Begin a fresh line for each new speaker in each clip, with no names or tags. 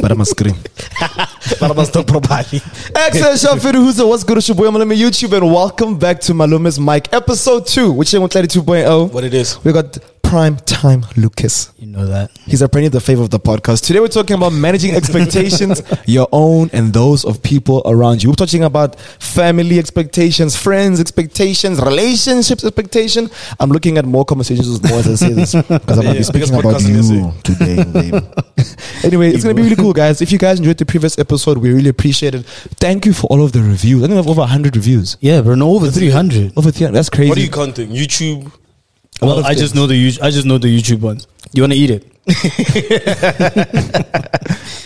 Para mas scream.
Para mas don't probably. Excellent, Sean Firuhuza. What's good? It's your boy Malume YouTube, and welcome back to Malume's Mic, episode two, which is 32.0.
What it is.
oh. We got prime time Lucas.
You know that.
He's apparently the favor of the podcast. Today, we're talking about managing expectations, your own and those of people around you. We're talking about family expectations, friends expectations, relationships expectation. I'm looking at more conversations with more as I say this because I'm going to be
Yeah,
speaking
because
about
podcasting is
you
it.
Today, baby.
anyway, it's gonna be really cool, guys. If you guys enjoyed the previous episode, we really appreciate it. Thank you for all of the reviews. I think we have over hundred reviews.
Yeah, bro, no over three hundred.
Over three hundred. That's crazy.
What are you counting? YouTube?
Well, I just know the YouTube, I just know the YouTube ones. You want to eat it?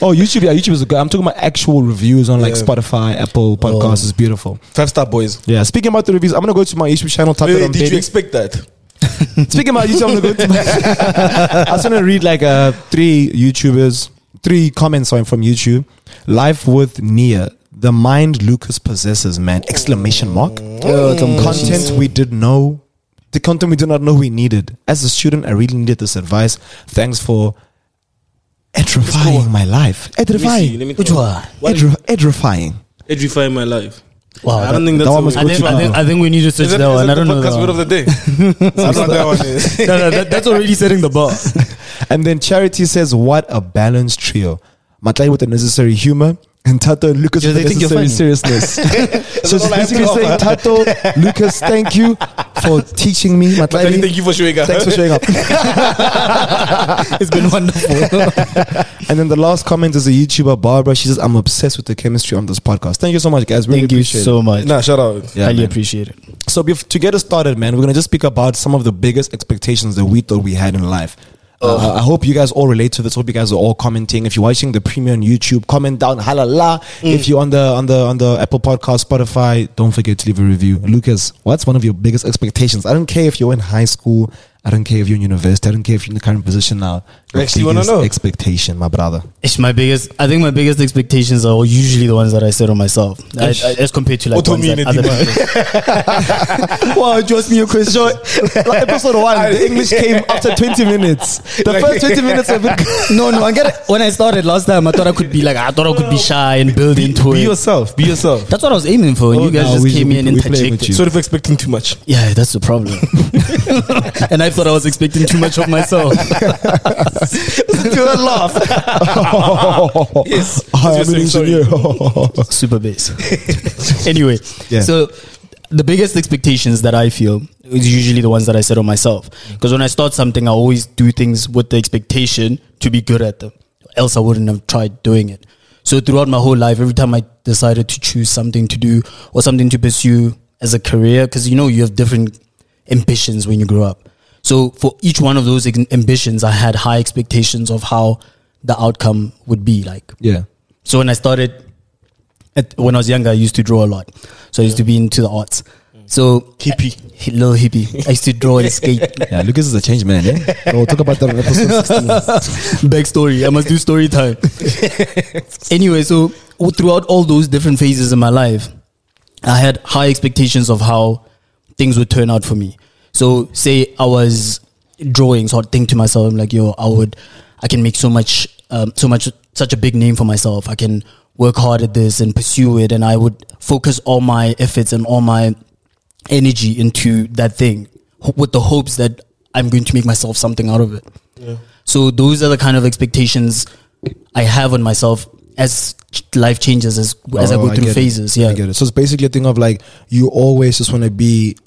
oh, YouTube. Yeah, YouTube is a good. I'm talking about actual reviews on like
Yeah. Oh.
Spotify, Apple Podcasts. It's beautiful.
Five Star Boys.
Yeah. Speaking about the reviews, I'm gonna go to my YouTube channel. Tap
Wait,
it
wait,
on
did you
Daily.
expect that?
Speaking about YouTube, I'm gonna go to my. I was gonna read like uh, three YouTubers, three comments on from YouTube. Life with Nia. The mind Lucas possesses, man! Exclamation mark. content we did know, the content we did not know we needed. As a student, I really needed this advice. Thanks for edifying my life. Edifying.
Let me
Which
think.
one?
What-
Edri- edifying.
Edify my life.
Wow,
I don't think
that
that's
one
a
was
I
word.
good.
think, I, think, I think we need to search
Is that,
that
is
one.
that
I don't
the
know.
podcast
That
word of
one.
the day? I don't know what that one is.
No, no, that, that's already setting the bar.
And then Charity says, "What a balanced trio." Matlai with the necessary humor and Tato and Lucas
Do
with the
they think you're
necessary seriousness. so she's
all I have to
basically saying,
offer.
Tato, Lucas, thank you for teaching me.
Thank
Matlai,
thank you for showing up.
thanks for showing up.
it's been wonderful.
And then the last comment is a YouTuber, Barbara. She says, "I'm obsessed with the chemistry on this podcast." Thank you so much, guys. Really
Thank you
appreciate it.
so much.
Nah, shout out.
Yeah,
Highly
man.
appreciate it.
So bef- to get us started, man, we're gonna just speak about some of the biggest expectations that we thought we had in life.
Oh.
Uh, I hope you guys all relate to this. Hope you guys are all commenting. If you're watching the premium on YouTube, comment down halala.
Mm.
If you're on the on the on the Apple Podcast, Spotify, don't forget to leave a review. Lucas, what's one of your biggest expectations? I don't care if you're in high school. I don't care if you're in university. I don't care if you're in the current position now. Your
Actually wanna
biggest
know.
expectation, my brother.
It's my biggest. I think my biggest expectations are usually the ones that I set on myself, I,
Ish.
I, as compared to like
What do
ones
you mean
that other
it did?
people.
Wow, you asked me a question. Like episode one, the English came after 20 minutes. The first 20 minutes have been.
No, no. I get it. When I started last time, I thought I could be like, I thought I could be shy and build into
Be
it.
yourself. Be yourself.
That's what I was aiming for, and
Oh,
you guys
no, we-
just came
we-
in
we
and
playing with
interjected.
you.
Sort of expecting too much.
Yeah, that's the problem. and I thought I was expecting too much of myself.
Yes.
I
Just
am an
saying sorry.
engineer.
Super bass. anyway,
Yeah.
so the biggest expectations that I feel is usually the ones that I set on myself. Because when I start something, I always do things with the expectation to be good at them. Else, I wouldn't have tried doing it. So throughout my whole life, every time I decided to choose something to do or something to pursue as a career, because you know you have different ambitions when you grow up. So for each one of those ex- ambitions, I had high expectations of how the outcome would be like.
yeah.
So when I started, at, when I was younger, I used to draw a lot. So I used to be into the arts. So hippie, little hippie. I used to draw and skate.
Yeah, Lucas is a changed man, eh? we'll talk about that on episode 16.
Backstory. I must do story time. anyway, so w- throughout all those different phases in my life, I had high expectations of how things would turn out for me. So say I was drawing, so I'd think to myself, I'm like, yo, I would, I can make so much, um, so much, such a big name for myself. I can work hard at this and pursue it, and I would focus all my efforts and all my energy into that thing ho- with the hopes that I'm going to make myself something out of it. So those are the kind of expectations I have on myself as ch- life changes as as I
Oh,
go through
get it.
phases. Yeah.
I get it. So it's basically a thing of like, you always just want to be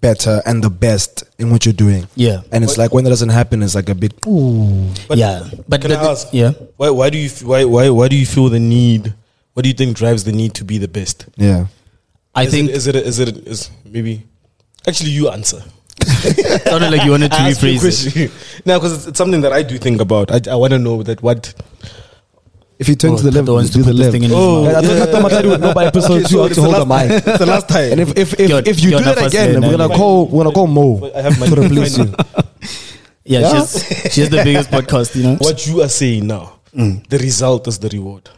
better and the best in what you're doing.
Yeah.
And it's like when that doesn't happen, it's like a big.
But
yeah. But
Can
the-
I ask?
yeah.
Why, why do you f- why, why why do you feel the need? What do you think drives the need to be the best?
Yeah.
I
is
think
it, is it is it is maybe actually you answer.
it sounded like you wanted to
I asked you a
rephrase it.
question. no, because it's, it's something that I do think about. I, I want to know that what
If you turn
Oh,
to the
Tato
left,
wants to
do the
put this
left.
thing in his
Oh,
I
mouth.
thought- I thought Matladi would know by episode
Okay,
two
so
how
it's
to
the
hold a
last-
mic.
it's the last time.
And if if if,
You're-
if you
you're
do that
not
again,
fascinated,
we're gonna
man.
call we're gonna call Mo
I have my
to replace you.
Yeah,
Yeah.
she's she's the biggest podcast, you know.
Mm.
what you are saying now, the result is the reward.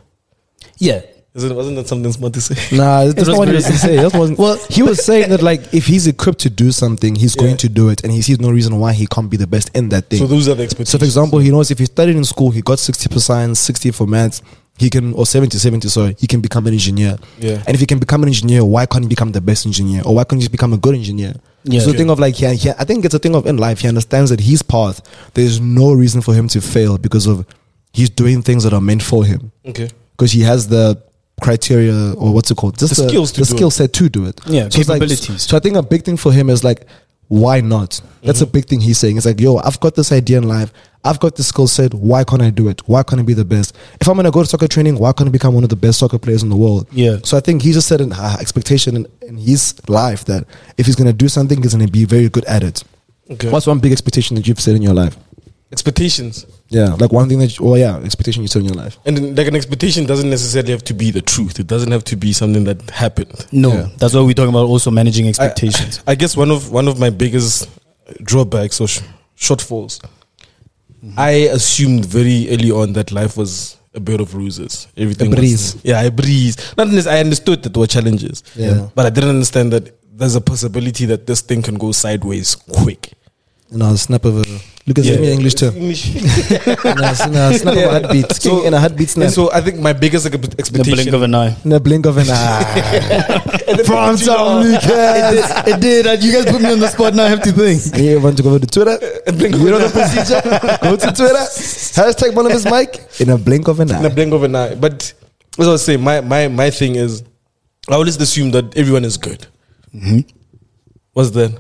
Yeah.
Isn't, wasn't that something smart to say?
Nah, that's
was
not what he
very-
was saying. That wasn't.
Well-
Well, he was saying that like if he's equipped to do something, he's
Yeah.
going to do it, and he sees no reason why he can't be the best in that thing.
So
So,
those are the expectations.
for example, he knows if he studied in school, he got sixty for science, sixty for maths. He can or 70, 70, sorry, he can become an engineer.
Yeah.
And if he can become an engineer, why can't he become the best engineer? Or why can't he just become a good engineer?
Yeah.
So the thing of like yeah, yeah, I think it's a thing of in life. He understands that his path, there's no reason for him to fail because of he's doing things that are meant for him
okay.
because he has the criteria or what's it called just
The
the,
skills to
the
do
skill set to do it
Yeah,
it's like-
capabilities.
so i think a big thing for him is like why not that's
Mm-hmm.
a big thing he's saying it's like yo i've got this idea in life i've got the skill set why can't i do it why can't i be the best if i'm gonna go to soccer training why can't i become one of the best soccer players in the world
Yeah.
so i think he just set an uh, expectation in, in his life that if he's gonna do something he's gonna be very good at it
Okay.
what's one big expectation that you've set in your life
expectations?
yeah like one thing that you, oh yeah expectation you set in your life
And then, like an expectation doesn't necessarily have to be the truth. It doesn't have to be something that happened.
No,
Yeah.
that's what we're talking about. Also managing expectations.
I guess one of one of my biggest drawbacks or sh- shortfalls, I assumed very early on that life was a bed of roses. Everything was-
breeze.
yeah, a breeze. Not unless I understood that there were challenges.
Yeah.
But I didn't understand that there's a possibility that this thing can go sideways quick.
and i'll snap of a look at
Yeah.
me english term
English.
in a, in a snap of a heartbeat.
So-
in a heartbeat snap.
and so I think my biggest ex-
the
expectation
blink of an eye.
in a blink of an eye. From Tom Lucas.
it did. and You guys put me on the spot. Now I have to think.
And you want to go over to Twitter? You know the procedure. Go to Twitter. Hashtag one of his mic. In a blink of an
in a
eye.
blink of an eye. But as I was saying, my, my, my thing is, I always assume that everyone is good. What's that?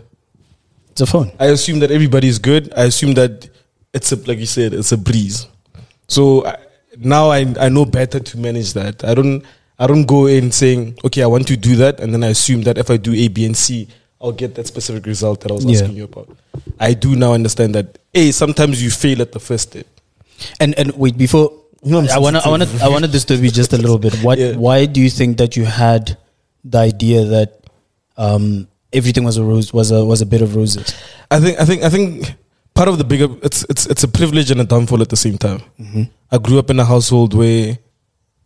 It's a phone.
I assume that everybody is good. I assume that it's a, like you said, it's a breeze. So I, now I, I know better to manage that. I don't I don't go in saying, okay, I want to do that, and then I assume that if I do A, B, and C, I'll get that specific result that I was
Yeah.
asking you about. I do now understand that A, sometimes you fail at the first step.
And and wait before I wanna I wanna I wanna disturb you just a little bit. What
Yeah.
why do you think that you had the idea that um everything was a rose was a was a bit of roses?
I think I think I think part of the bigger it's it's it's a privilege and a downfall at the same time. I grew up in a household where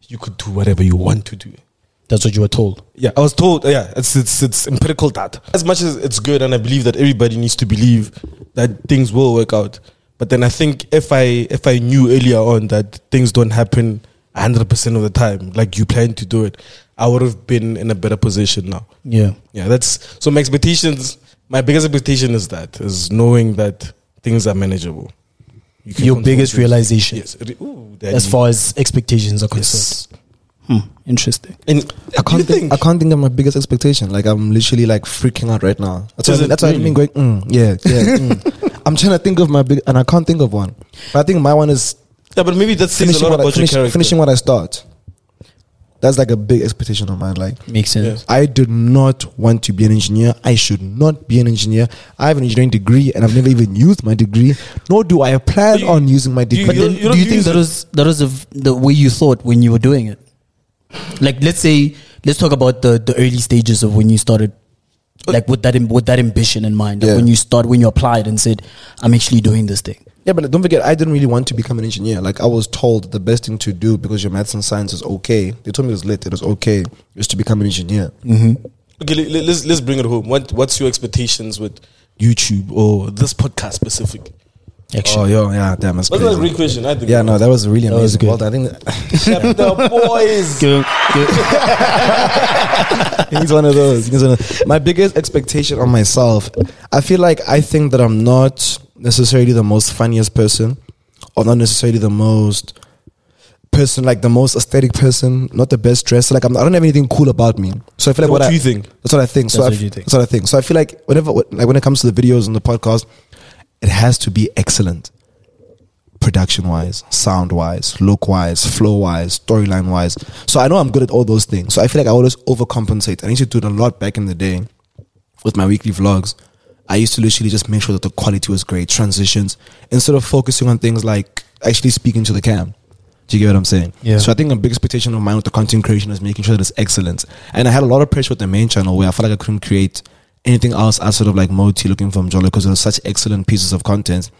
you could do whatever you want to do.
That's what you were told.
Yeah, I was told. uh, Yeah, it's it's it's empirical data. As much as it's good, and I believe that everybody needs to believe that things will work out. But then I think if I if I knew earlier on that things don't happen hundred percent of the time, like you plan to do it, I would have been in a better position now.
Yeah.
Yeah, that's so my expectations. My biggest expectation is that is knowing that things are manageable. You can
Your
control
biggest
things.
realization
Yes. Re- Ooh,
as
daddy.
far as expectations are concerned.
Yes.
Hmm. Interesting.
And
I can't think,
think.
I can't think of my biggest expectation. Like I'm literally like freaking out right now. That's what,
Is
I
it
mean, that's what I mean. Going, mm, yeah, yeah. mm. I'm trying to think of my big, and I can't think of one. But I think my one is
yeah, but maybe that says a
finishing
lot
what, I,
about your
finish,
character.
finishing what I start. That's like a big expectation of mine. Like
Makes sense.
Yes.
I do not want to be an engineer. I should not be an engineer. I have an engineering degree and I've never even used my degree, nor do I plan
You-
on using my
you-
degree.
But
you
then,
don't- you
do
don't
you think
use
that
it.
was that was the, the way you thought when you were doing it? Like, let's say, let's talk about the the early stages of when you started, like with that am- with that ambition in mind. Like
Yeah.
when you start, when you applied and said, "I'm actually doing this thing."
yeah, but don't forget, I didn't really want to become an engineer. Like, I was told the best thing to do because your maths and science is okay. They told me it was lit, it was okay, is to become an engineer.
Okay, le- le- let's let's bring it home. What what's your expectations with YouTube or this podcast specifically?
Oh,
Actually,
yo, yeah, damn, that's
That's a
crazy.
great question. I think.
Yeah, no, that was really
That
amazing.
was good.
Well done. I think that-
the boys.
Good- good.
he's one of those. He's one of My biggest expectation on myself, I feel like I think that I'm not necessarily the most funniest person, or not necessarily the most person like the most aesthetic person, not the best dressed. Like I'm, I don't have anything cool about me. So I feel like
What
what,
do
I,
you think?
That's what I think. so
That's
I,
what you think.
That's what I think. So I feel like whenever like when it comes to the videos and the podcast, it has to be excellent production wise, sound wise, look wise, flow wise, storyline wise. So I know I'm good at all those things. So I feel like I always overcompensate. I used to do it a lot back in the day with my weekly vlogs. I used to literally just make sure that the quality was great, transitions, instead of focusing on things like actually speaking to the cam. Do you get what I'm saying?
Yeah.
So I think a big expectation of mine with the content creation is making sure that it's excellent. And I had a lot of pressure with the main channel where I felt like I couldn't create anything else outside of like Moti looking from Jolo because there were such excellent pieces of content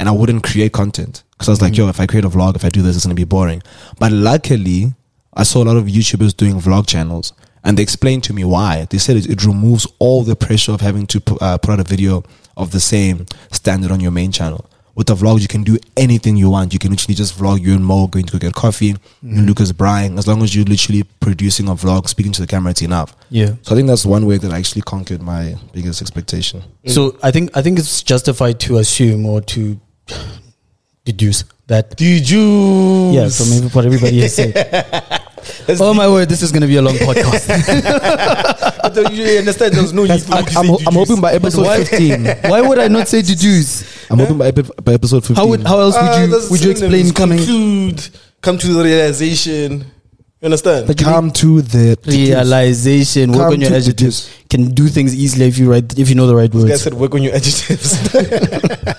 and I
Mm.
wouldn't create content because I was like, yo, if I create a vlog, if I do this, it's gonna be boring. But luckily, I saw a lot of YouTubers doing vlog channels, and they explained to me why. They said it, it removes all the pressure of having to pu- uh, put out a video of the same standard on your main channel. With the vlogs, you can do anything you want. You can literally just vlog you and Mo going to go get coffee, you
Mm.
and Lucas Brying. As long as you're literally producing a vlog, speaking to the camera, it's enough.
Yeah.
So I think that's one way that I actually conquered my biggest expectation.
So I think I think it's justified to assume or to deduce that.
Did you?
Yeah, from every- what everybody has said. oh my word, this is going to be a long podcast.
you understand? There's no need for me
I'm,
to
I'm,
say
I'm
deduce.
hoping by episode
why-
15.
Why would I not say deduce?
I'm hoping by, epi- by episode 15.
How would how else
Ah,
would you
that's
would you
the thing,
explain
it's
coming?
conclude, come to the realization. You understand?
But you
come to the
realization, work
Come
on your
to
adjectives. Can do things easily if you write if you know the right
Guys
words.
said work on your adjectives.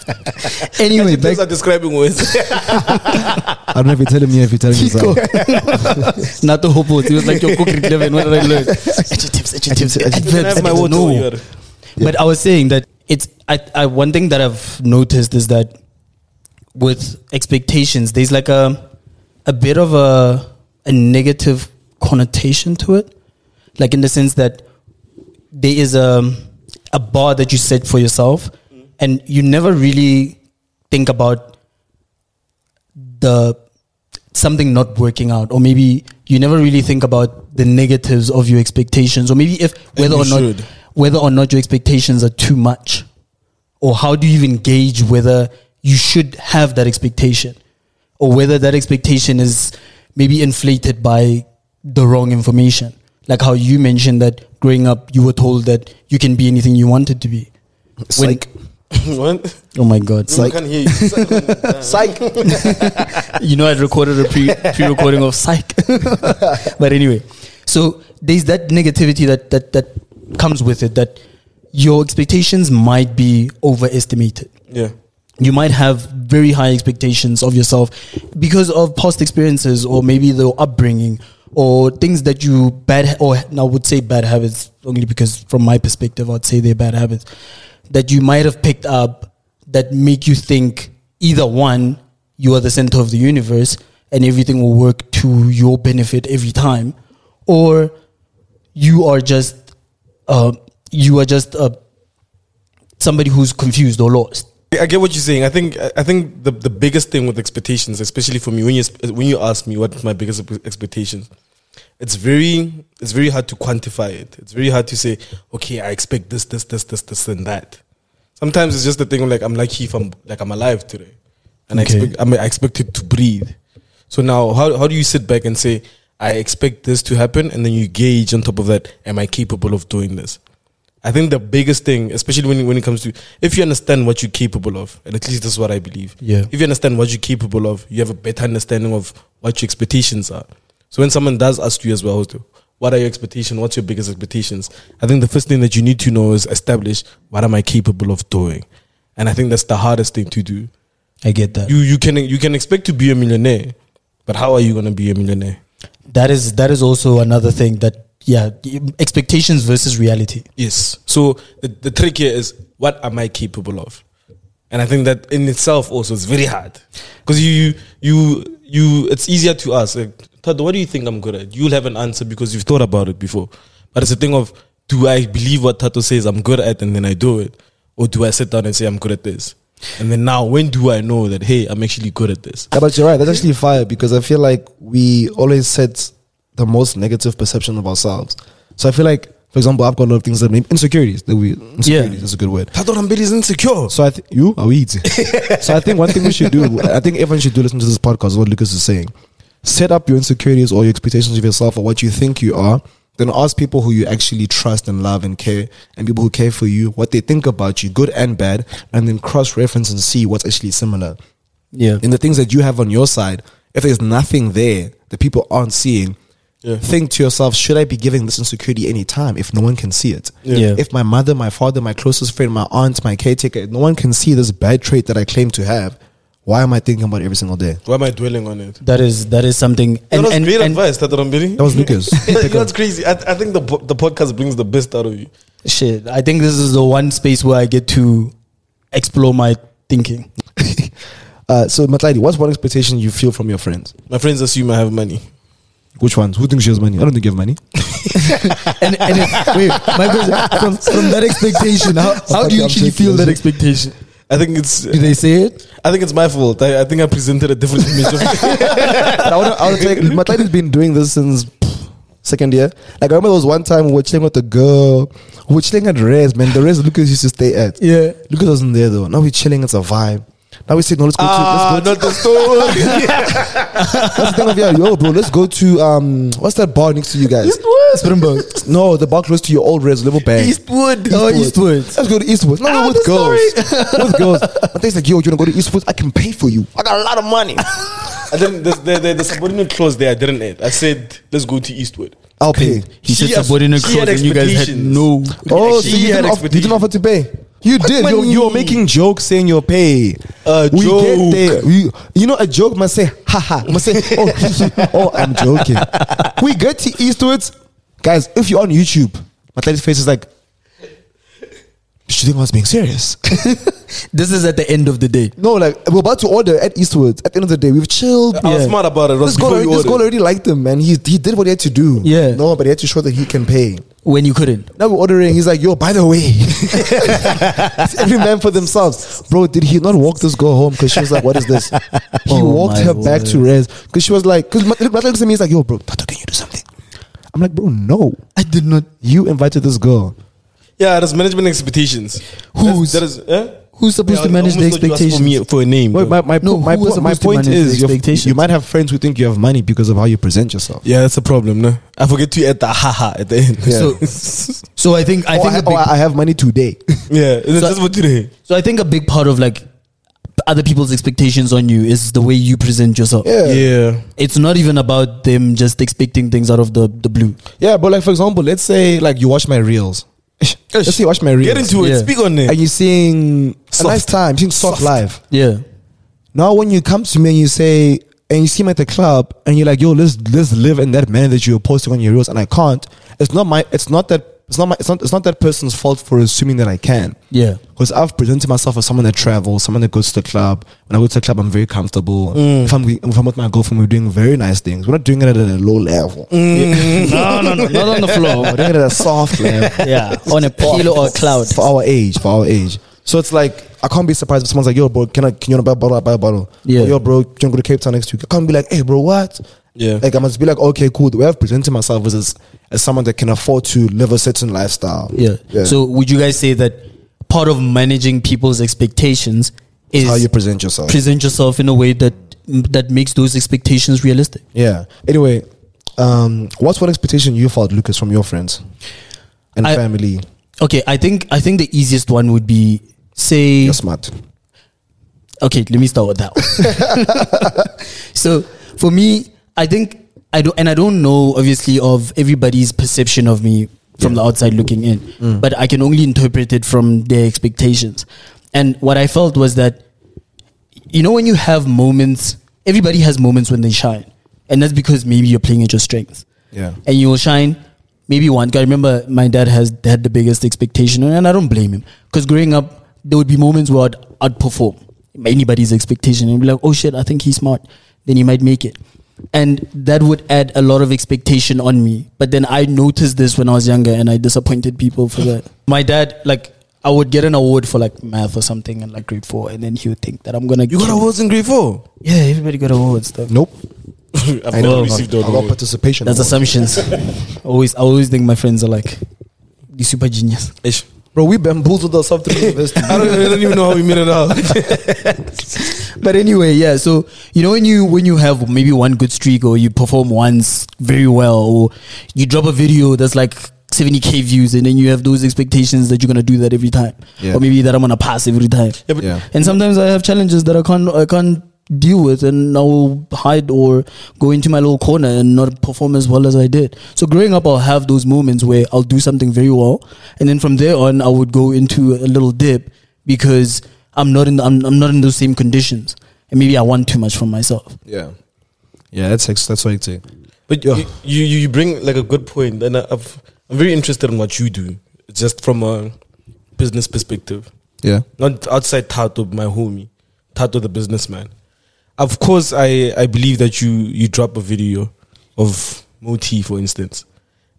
Anyway, back
Those are describing words.
I don't know if you're telling me or if you're telling me.
Chico.
something.
Not the hobo. He was like, yo, cook it, Devin. What did I learn? Adjectives, adjectives, adverbs,
Can I have my
adjectives.
water
No.
here?
But I was saying that it's I, I one thing that I've noticed is that with expectations, there's like a a bit of a a negative connotation to it, like in the sense that there is a a bar that you set for yourself,
Mm-hmm.
and you never really think about the something not working out or maybe you never really think about the negatives of your expectations or maybe if whether
you
or not
should.
whether or not your expectations are too much or how do you even gauge whether you should have that expectation or whether that expectation is maybe inflated by the wrong information like how you mentioned that growing up you were told that you can be anything you wanted to be When-
Psych.
What?
oh my god it's
I can't hear you.
Psych.
you know, I recorded a pre pre recording of psych. but anyway, so there's that negativity that that that comes with it that your expectations might be overestimated.
yeah.
You might have very high expectations of yourself because of past experiences or maybe the upbringing or things that you bad or I would say bad habits only because from my perspective I'd say they're bad habits that you might have picked up that make you think either one you are the center of the universe and everything will work to your benefit every time or you are just uh, you are just uh, somebody who's confused or lost
I get what you're saying. I think I think the, the biggest thing with expectations, especially for me, when you when you ask me what my biggest ex- expectations, it's very it's very hard to quantify it. It's very hard to say, okay, I expect this, this, this, this, this, and that. Sometimes it's just the thing of like I'm lucky if I'm like I'm alive today,
Okay.
and I expect I'm, I expected to breathe. So now, how how do you sit back and say I expect this to happen, and then you gauge on top of that, am I capable of doing this? I think the biggest thing, especially when when it comes to if you understand what you're capable of, and at least that's what I believe.
Yeah.
If you understand what you're capable of, you have a better understanding of what your expectations are. So when someone does ask you as well, to, what are your expectations? What's your biggest expectations? I think the first thing that you need to know is establish what am I capable of doing, and I think that's the hardest thing to do.
I get that.
You you can you can expect to be a millionaire, but how are you gonna be a millionaire?
that is that is also another thing that yeah, expectations versus reality.
Yes. So the, the trick here is what am I capable of? And I think that in itself also is very hard because you you you it's easier to ask. Like, Todd, what do you think I'm good at? You'll have an answer because you've thought about it before. But it's a thing of do I believe what Tato says I'm good at and then I do it, or do I sit down and say I'm good at this? And then now, when do I know that hey, I'm actually good at this?
Yeah, but you're right. That's actually fire because I feel like we always set the most negative perception of ourselves. So I feel like, for example, I've got a lot of things that maybe insecurities that we insecurities
Yeah.
is a good word.
Tato Rambedi is insecure.
So I think you are we easy. so I think one thing we should do. I think everyone should do listen to this podcast. is What Lucas is saying. Set up your insecurities or your expectations of yourself or what you think you are. Then ask people who you actually trust and love and care, and people who care for you, what they think about you, good and bad, and then cross reference and see what's actually similar
Yeah.
in the things that you have on your side, if there's nothing there that people aren't seeing,
Yeah.
think to yourself, should I be giving this insecurity any time if no one can see it?
Yeah.
If my mother, my father, my closest friend, my aunt, my caretaker, no one can see this bad trait that I claim to have, why am I thinking about it every single day?
Why am I dwelling on it?
That is that is something
that
and,
was
and,
great
and
advice, Tato Rambedi.
That was Lucas.
you know what's crazy? I, I think the po- the podcast brings the best out of you.
shit. I think this is the one space where I get to explore my thinking.
uh, so, Matladi, what's one expectation you feel from your friends?
My friends assume I have money.
Which ones? Who thinks she has money? I don't think you have money.
And, and it, wait, my question from, from that expectation, how, how do you actually feel that expectation?
I think it's
Do they say it?
I think it's my fault. I, I think I presented a different image of
I would, I would take, my has been doing this since pff, second year. Like I remember there was one time we were chilling with a girl, we were chilling at Res, man. The Res Lucas used to stay at.
Yeah.
Lucas wasn't there though. Now we're chilling, it's a vibe. Now we say no, let's go
Ah,
to let's go
not the story.
to, that's the thing of yeah, yo, bro, let's go to um what's that bar next to you guys?
Springbok.
No, the bar close to your old Res level bang.
Eastwood. Oh, Eastwood. Ah,
Let's go to Eastwood. No, no, with girls. with girls. My thing's like, yo, you wanna go to Eastwood? I can pay for you. I got a lot of money.
and then the, the, the, the subordinate clause there, I didn't it? I said, let's go to Eastwood.
I'll pay.
He
She
said
has-
subordinate
she had
clause and you guys had
expectations.
no.
Oh,
She
so you
had
didn't, off, you didn't
expectation.
offer to pay.
You did. You're,
money?
you're making jokes saying you'll pay.
A
we
joke.
get there. We, you know, a joke must say, haha. Must say, oh, hee, hee. oh, I'm joking. We get to Eastwoods. Guys, if you're on YouTube, my lady's face is like, she think I was being serious.
This is at the end of the day.
no, like, we're about to order at Eastwoods. At the end of the day, we've chilled.
I was smart about it. it was
This girl,
before
already,
you
this girl
ordered.
already liked him, man. He, he did what he had to do.
Yeah.
No, but he had to show that he can pay.
When you couldn't.
Now we're ordering. He's like, yo, by the way, It's every man for themselves. Bro, did he not walk this girl home? Because she was like, what is this? He
Oh
walked
my
her back to
word.
Rez. Because she was like, because Matt looks at me, he's like, yo, bro, Tato, can you do something? I'm like, bro, no.
I did not.
You invited this girl.
Yeah, there's management expectations.
Who's-
That's- that is, eh?
Who's supposed
Yeah,
to manage the
almost thought you asked
expectations?
For, me, for a name.
Wait,
though.
my, my,
No,
po- my,
who was
po- my
supposed to
point
manage the
is, you've-
expectations?
you might have friends who think you have money because of how you present yourself.
yeah, that's a problem, no? I forget to add the haha at the end. Yeah.
So, so I think Oh, I
Oh, I
think a
think
big,
I have money today.
it's just for today.
so I think a big part of like other people's expectations on you is the way you present yourself.
yeah. yeah.
Yeah.
It's not even about them just expecting things out of the, the blue.
but like, for example, let's say, like, you watch my reels. Let's say you watch my reels.
Get into it.
Yeah.
Speak on
and
it.
you're seeing a
Soft.
nice time, seeing soft,
Soft.
live.
Yeah.
Now, when you come to me and you say, and you see me at the club, and you're like, "Yo, let's let's live in that manner that you were posting on your reels," and I can't. It's not my. It's not that. It's not my. It's not. It's not that person's fault for assuming that I can.
Yeah.
Because I've presented myself as someone that travels, someone that goes to the club. When I go to the club, I'm very comfortable.
Mm.
If I'm if I'm with my girlfriend, we're doing very nice things. We're not doing it at a low level.
Mm.
no, no, no, not on the floor.
We're doing it at a soft level.
yeah, on a pillow or a cloud.
for our age, for our age. So it's like I can't be surprised if someone's like, "Yo, bro, can I can you buy a bottle? I buy a bottle."
Yeah.
Or, Yo, bro, can you go to Cape Town next week? I can't be like, "Hey, bro, what?"
Yeah.
Like I must be like, "Okay, cool." The way I've presented myself is as, as someone that can afford to live a certain lifestyle.
Yeah. So would you guys say that part of managing people's expectations is
how you present yourself.
present yourself in a way that that makes those expectations realistic?
yeah. Anyway, um, what's one expectation you felt, Lucas, from your friends and
I-
family?
Okay, I think I think the easiest one would be say
You're smart.
okay, let me start with that. One. so for me, I think I don't, and I don't know obviously of everybody's perception of me from the outside looking in, but I can only interpret it from their expectations. And what I felt was that, you know, when you have moments, everybody has moments when they shine, and that's because maybe you're playing at your strengths
Yeah.
and you will shine maybe once. 'Cause I remember my dad has had the biggest expectation, and I don't blame him because growing up, there would be moments where I'd outperform anybody's expectation and be like, oh shit, I think he's smart, then he might make it. And that would add a lot of expectation on me. But then I noticed this when I was younger and I disappointed people for that. My dad, like, I would get an award for like math or something in like grade four, and then he would think that I'm gonna.
You got
kill-
awards in grade four?
Yeah, everybody got awards. Though.
Nope.
I've
I know. I
never received the
got
award.
participation.
That's
award.
assumptions. always, I always think my friends are like, you super genius.
Ish.
Bro, we bamboozled ourselves to the university.
I don't, I don't even know how we made it out.
But anyway, yeah. So you know when you when you have maybe one good streak or you perform once very well or you drop a video that's like 70k views and then you have those expectations that you're gonna do that every time
Yeah.
or maybe that I'm gonna pass every time.
Yeah, but
Yeah.
And sometimes I have challenges that I can't I can't deal with and I will hide or go into my little corner and not perform as well as I did. So growing up I'll have those moments where I'll do something very well and then from there on I would go into a little dip because I'm not in the, I'm, I'm not in those same conditions and maybe I want too much from myself.
yeah. Yeah, that's ex- that's what it's saying.
But you, you you bring like a good point, and I- I've, I'm very interested in what you do, just from a business perspective,
Yeah.
not outside Tato, my homie, Tato the businessman. Of course, I I believe that you you drop a video of Moti, for instance.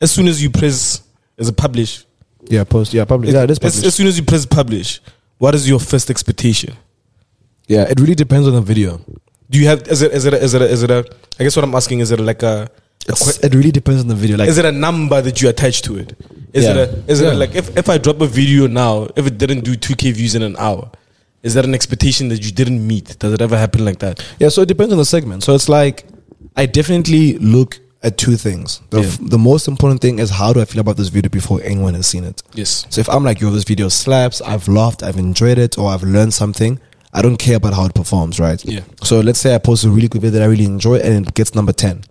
As soon as you press as a publish,
Yeah, post. Yeah, public. Yeah, it is
as,
public.
as soon as you press publish, what is your first expectation?
yeah, it really depends on the video.
Do you have is it is it a, is it a, is it a I guess what I'm asking is it like a, a que-
It's- it really depends on the video. Like,
is it a number that you attach to it? Is
Yeah.
it a, is it
Yeah.
a, like if, if I drop a video now, if it didn't do 2k views in an hour, is that an expectation that you didn't meet? Does it ever happen like that?
Yeah, so it depends on the segment. So it's like I definitely look at two things. The, f- the most important thing is how do I feel about this video before anyone has seen it.
Yes.
So if I'm like, yo, this video slaps, I've laughed, I've enjoyed it, or I've learned something, I don't care about how it performs, right?
Yeah.
So let's say I post a really good video that I really enjoy and it gets number 10.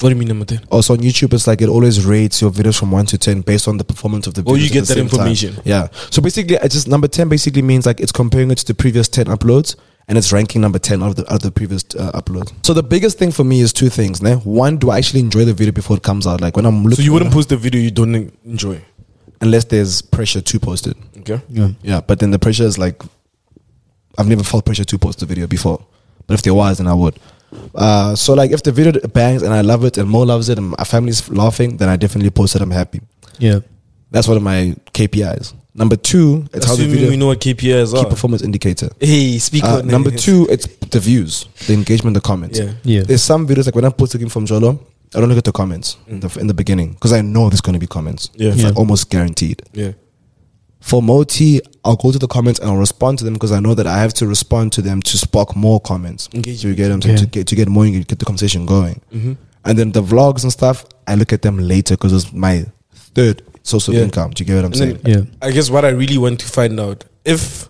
What do you mean number 10?
Also on YouTube, it's like it always rates your videos from one to ten based on the performance of the.
Oh,
videos
you
at
get
the
that
same time.
information.
Yeah. So basically, I just number ten basically means like it's comparing it to the previous ten uploads, and it's ranking number ten out of the out of the previous uh, uploads. So the biggest thing for me is two things. Ne? One, do I actually enjoy the video before it comes out? Like when I'm looking,
So you wouldn't post a video you don't en- enjoy.
unless there's pressure to post it.
Okay.
Yeah.
Yeah, but then the pressure is like, I've never felt pressure to post a video before, but if there was, then I would. Uh, so like, if the video bangs and I love it, and Mo loves it, and my family's laughing, then I definitely post it. I'm happy.
Yeah.
That's one of my KPIs. Number two, it's how the
Assuming
video
we know what KPIs
key
are.
performance indicator.
Hey, speak
Uh,
on it.
number two, it's the views, the engagement, the comments.
Yeah.
Yeah.
There's some videos like when I'm posting from Jolo, I don't look at the comments in, the, in the beginning because I know there's going to be comments.
Yeah.
It's like
Yeah.
almost guaranteed.
Yeah.
For Moti, I'll go to the comments and I'll respond to them because I know that I have to respond to them to spark more comments.
Engagement.
So you get them to,
Yeah.
to get to get more and get the conversation going. And then the vlogs and stuff, I look at them later because it's my third source of
Yeah.
income. Do you get what I'm
And
saying?
then
Yeah.
I guess what I really want to find out if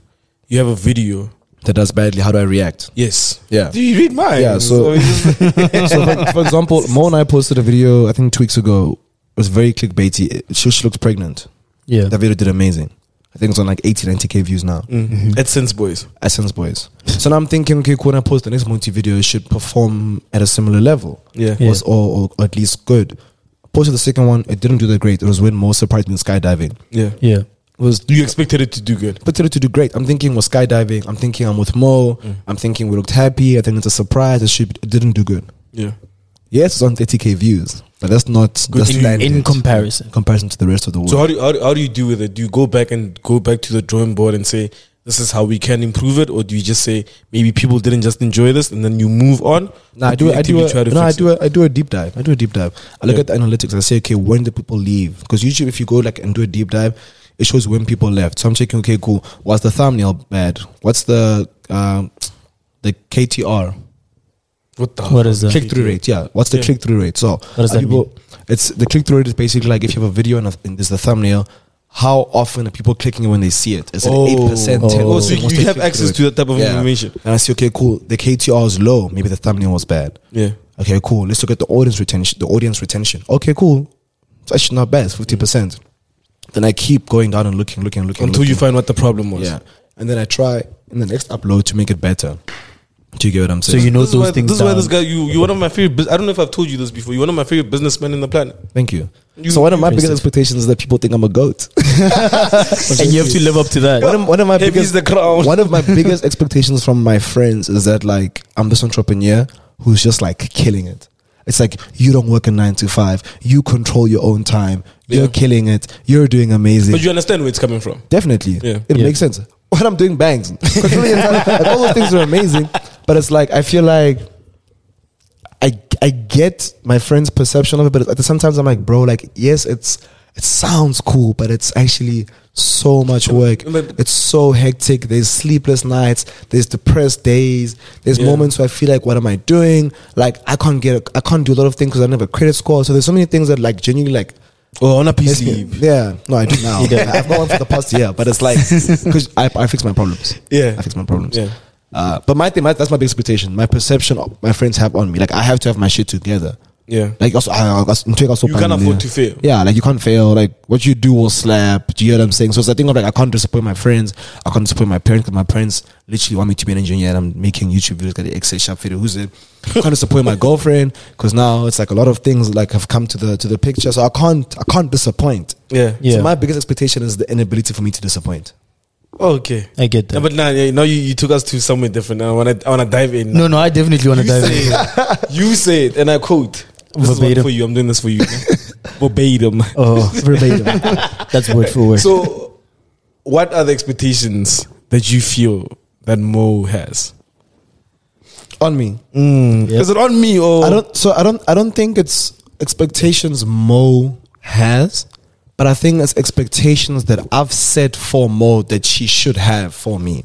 you have a video.
that does badly, how do I react?
Yes.
Yeah.
Do you read mine?
Yeah, so-
it's just-
so for, for example, Mo and I posted a video I think two weeks ago. It was very clickbaity. It, she, she looks pregnant.
Yeah.
That video did amazing. I think it's on like 80, 90k views now.
Mm. AdSense boys.
Essence Boys. So now I'm thinking, okay, when I post the next multi video, it should perform at a similar level.
Yeah.
Yeah.
Or, or, or at least good. Posted the second one, it didn't do that great. It was when Mo surprised me in skydiving. It
Yeah.
Yeah.
was
You expected it to do good.
expected it to do great. I'm thinking we're skydiving. I'm thinking I'm with Mo.
Mm.
I'm thinking we looked happy. I think it's a surprise. It, should, it didn't do good.
Yeah.
Yes, it's on 30k views, but that's not
Good
the
in-
standard
In comparison.
comparison to the rest of the world.
So how do you, how do, how do you deal with it? Do you go back and go back to the drawing board and say this is how we can improve it, or do you just say maybe people didn't just enjoy this and then you move on?
No,
Or
I do.
you
I do.
actively
A,
try to
no, I
fix
do.
it?
A, I do a deep dive. I do a deep dive. I look
Yeah.
at the analytics. I say, okay, when did people leave? Because usually, if you go like and do a deep dive, it shows when people left. So I'm checking. Okay, cool. Was the thumbnail bad? What's the um, the KTR
What the?
What is that?
click through rate? Yeah. What's the
Yeah.
click through rate? So
does
are
that
people, It's the click through rate is basically like if you have a video and, a, and there's the thumbnail. How often are people clicking when they see it? It's
Oh.
an eight percent.
Oh.
so you, you have access to that type of information.
And I see, okay, cool. The KTR is low. Maybe the thumbnail was bad.
Yeah.
Okay, cool. Let's look at the audience retention. The audience retention. Okay, cool. It's actually not bad. It's fifty percent. Then I keep going down and looking, looking, looking
Until you
looking.
find what the problem was.
yeah. And then I try in the next upload to make it better. Do you get what I'm
So
saying?
you know
This is,
those
why,
things.
this is why this
down.
guy you you one of my favorite. bus- I don't know if I've told you this before. You're one of my favorite businessmen in the planet.
Thank you.
You-
so one of my
you-
biggest expectations is that people think I'm a goat.
and you have to live up to that.
one, of, one of my biggest
Heavy's the crown.
one of my biggest expectations from my friends is that like I'm this entrepreneur who's just like killing it. It's like you don't work a nine to five. You control your own time. You're
Yeah.
killing it. You're doing amazing.
But you understand where it's coming from.
Definitely.
Yeah.
It
Yeah.
makes sense. When I'm doing bangs, like, all those things are amazing. But it's like I feel like I I get my friend's perception of it, but at the same time I'm like, bro, like yes, it's it sounds cool, but it's actually so much work.
But-
It's so hectic. There's sleepless nights. There's depressed days. There's
Yeah.
moments where I feel like, what am I doing? Like I can't get, I can't do a lot of things because I don't have a credit score. So there's so many things that like genuinely like
Oh, on a
Yes, me- Yeah, no, I do now. I've got one for the past year, but it's like because I, I fix my problems.
Yeah.
I fix my problems.
Yeah.
Uh, but my thing, my, that's my big expectation. My perception of my friends have on me. Like I have to have my shit together.
Yeah.
Like also, I, I, I, also
You can't afford to fail.
Yeah, like you can't fail. Like what you do will slap. Do you hear what I'm saying? So it's a thing of like I can't disappoint my friends. I can't disappoint my parents because my parents literally want me to be an engineer and I'm making YouTube videos. Got the Excel sharp video. Who's it? I can't disappoint my girlfriend because now it's like a lot of things like have come to the to the picture. So I can't I can't disappoint.
Yeah.
Yeah.
So my biggest expectation is the inability for me to disappoint.
Oh, Okay.
I get that.
No, but now, yeah, now you, you took us to somewhere different. I want to I want to dive in. now.
No, no, I definitely want to
you
dive
say
in.
it. you say it, and I quote. This is one
Verbatim.
for you. I'm doing this for you. Verbatim.
Oh, verbatim. That's word for word.
So, what are the expectations that you feel that Mo has?
on me.
Yeah.
Is it on me or
I don't. So I don't. I don't think it's expectations Mo has, but I think it's expectations that I've set for Mo that she should have for me.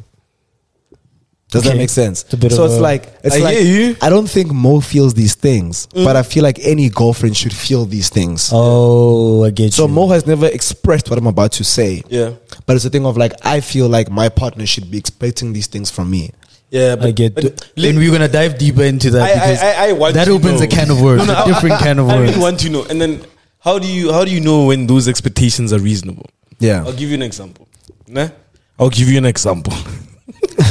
Does that
Okay.
make sense?
It's a bit
so
of
it's
a-
like it's
I
like
hear you.
I don't think Mo feels these things, but I feel like any girlfriend should feel these things.
Oh, I get
So Mo has never expressed what I'm about to say.
Yeah,
But it's a thing of like I feel like my partner should be expecting these things from me.
yeah. But,
I get.
but
th-
let-
and we're gonna dive deeper into that
I- I-
Uh, because
I- I want
that
to
opens
know.
a can of worms,
No, no,
a different can of
I
worms.
really want to know. And then, how do you how do you know when those expectations are reasonable?
Yeah.
I'll give you an example. Nah? I'll give you an example.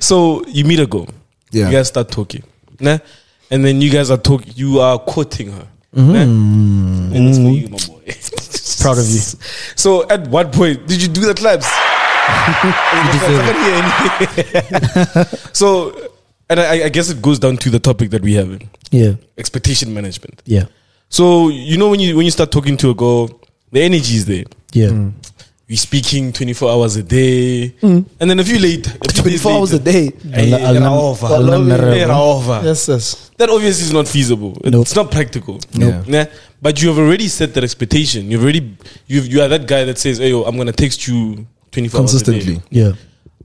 so you meet a girl.
Yeah.
You guys start talking. Nah? And then you guys are talking. You are quoting her. Nah?
Mm.
And it's for you, my boy.
Proud of you.
So at what point did you do the claps? I can't hear anything. so, and I, I guess it goes down to the topic that we have:
Yeah,
expectation management.
yeah,
So you know when you when you start talking to a girl, the energy is there.
yeah.
We speaking twenty four hours a day, and then a few late, a few days
24 Mm. hours a
later,
day.
Hey,
Alarm-
they're
alarm-
over.
alarm
They're
narrow.
over.
Yes, yes.
That obviously is not feasible. It's not practical.
Nope.
Yeah. But you have already set that expectation. You've already you've, you are that guy that says, "Hey, yo, I'm gonna text you twenty four hours a day."
Consistently.
Yeah.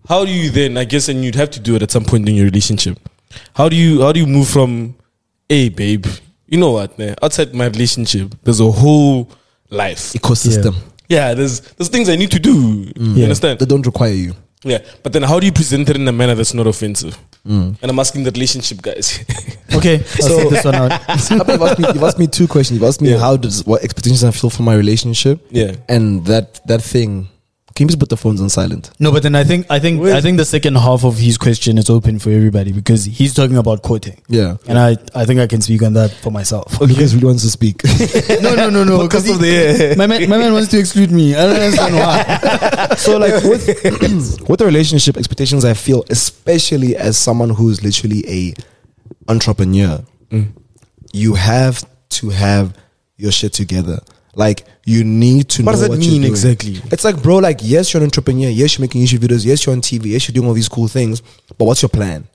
how do you then i guess and you'd have to do it at some point in your relationship how do you how do you move from hey babe you know what man outside my relationship there's a whole life
Ecosystem.
yeah there's there's things i need to do you
Yeah.
understand
They don't require you.
yeah but then how do you present it in a manner that's not offensive and i'm asking the relationship guys
Okay, I'll so, this one out.
So, Abba, you've, asked me, you've asked me two questions. You've asked me
Yeah.
how does what expectations I feel for my relationship.
Yeah.
And that that thing. Can you just put the phones on silent?
No, but then I think I think I think the second half of his question is open for everybody because he's talking about quoting,
Yeah.
and I I think I can speak on that for myself.
Lucas really wants to speak.
no, no, no, no. Because of the my man, my man wants to exclude me. I don't understand why.
so like with with the relationship expectations I feel, especially as someone who's literally a entrepreneur,
Mm.
you have to have your shit together. Like you need to know
What does that
you're
mean
doing.
exactly?
It's like, bro, like yes, you're an entrepreneur, yes, you're making YouTube videos, yes, you're on TV, yes, you're doing all these cool things, but what's your plan?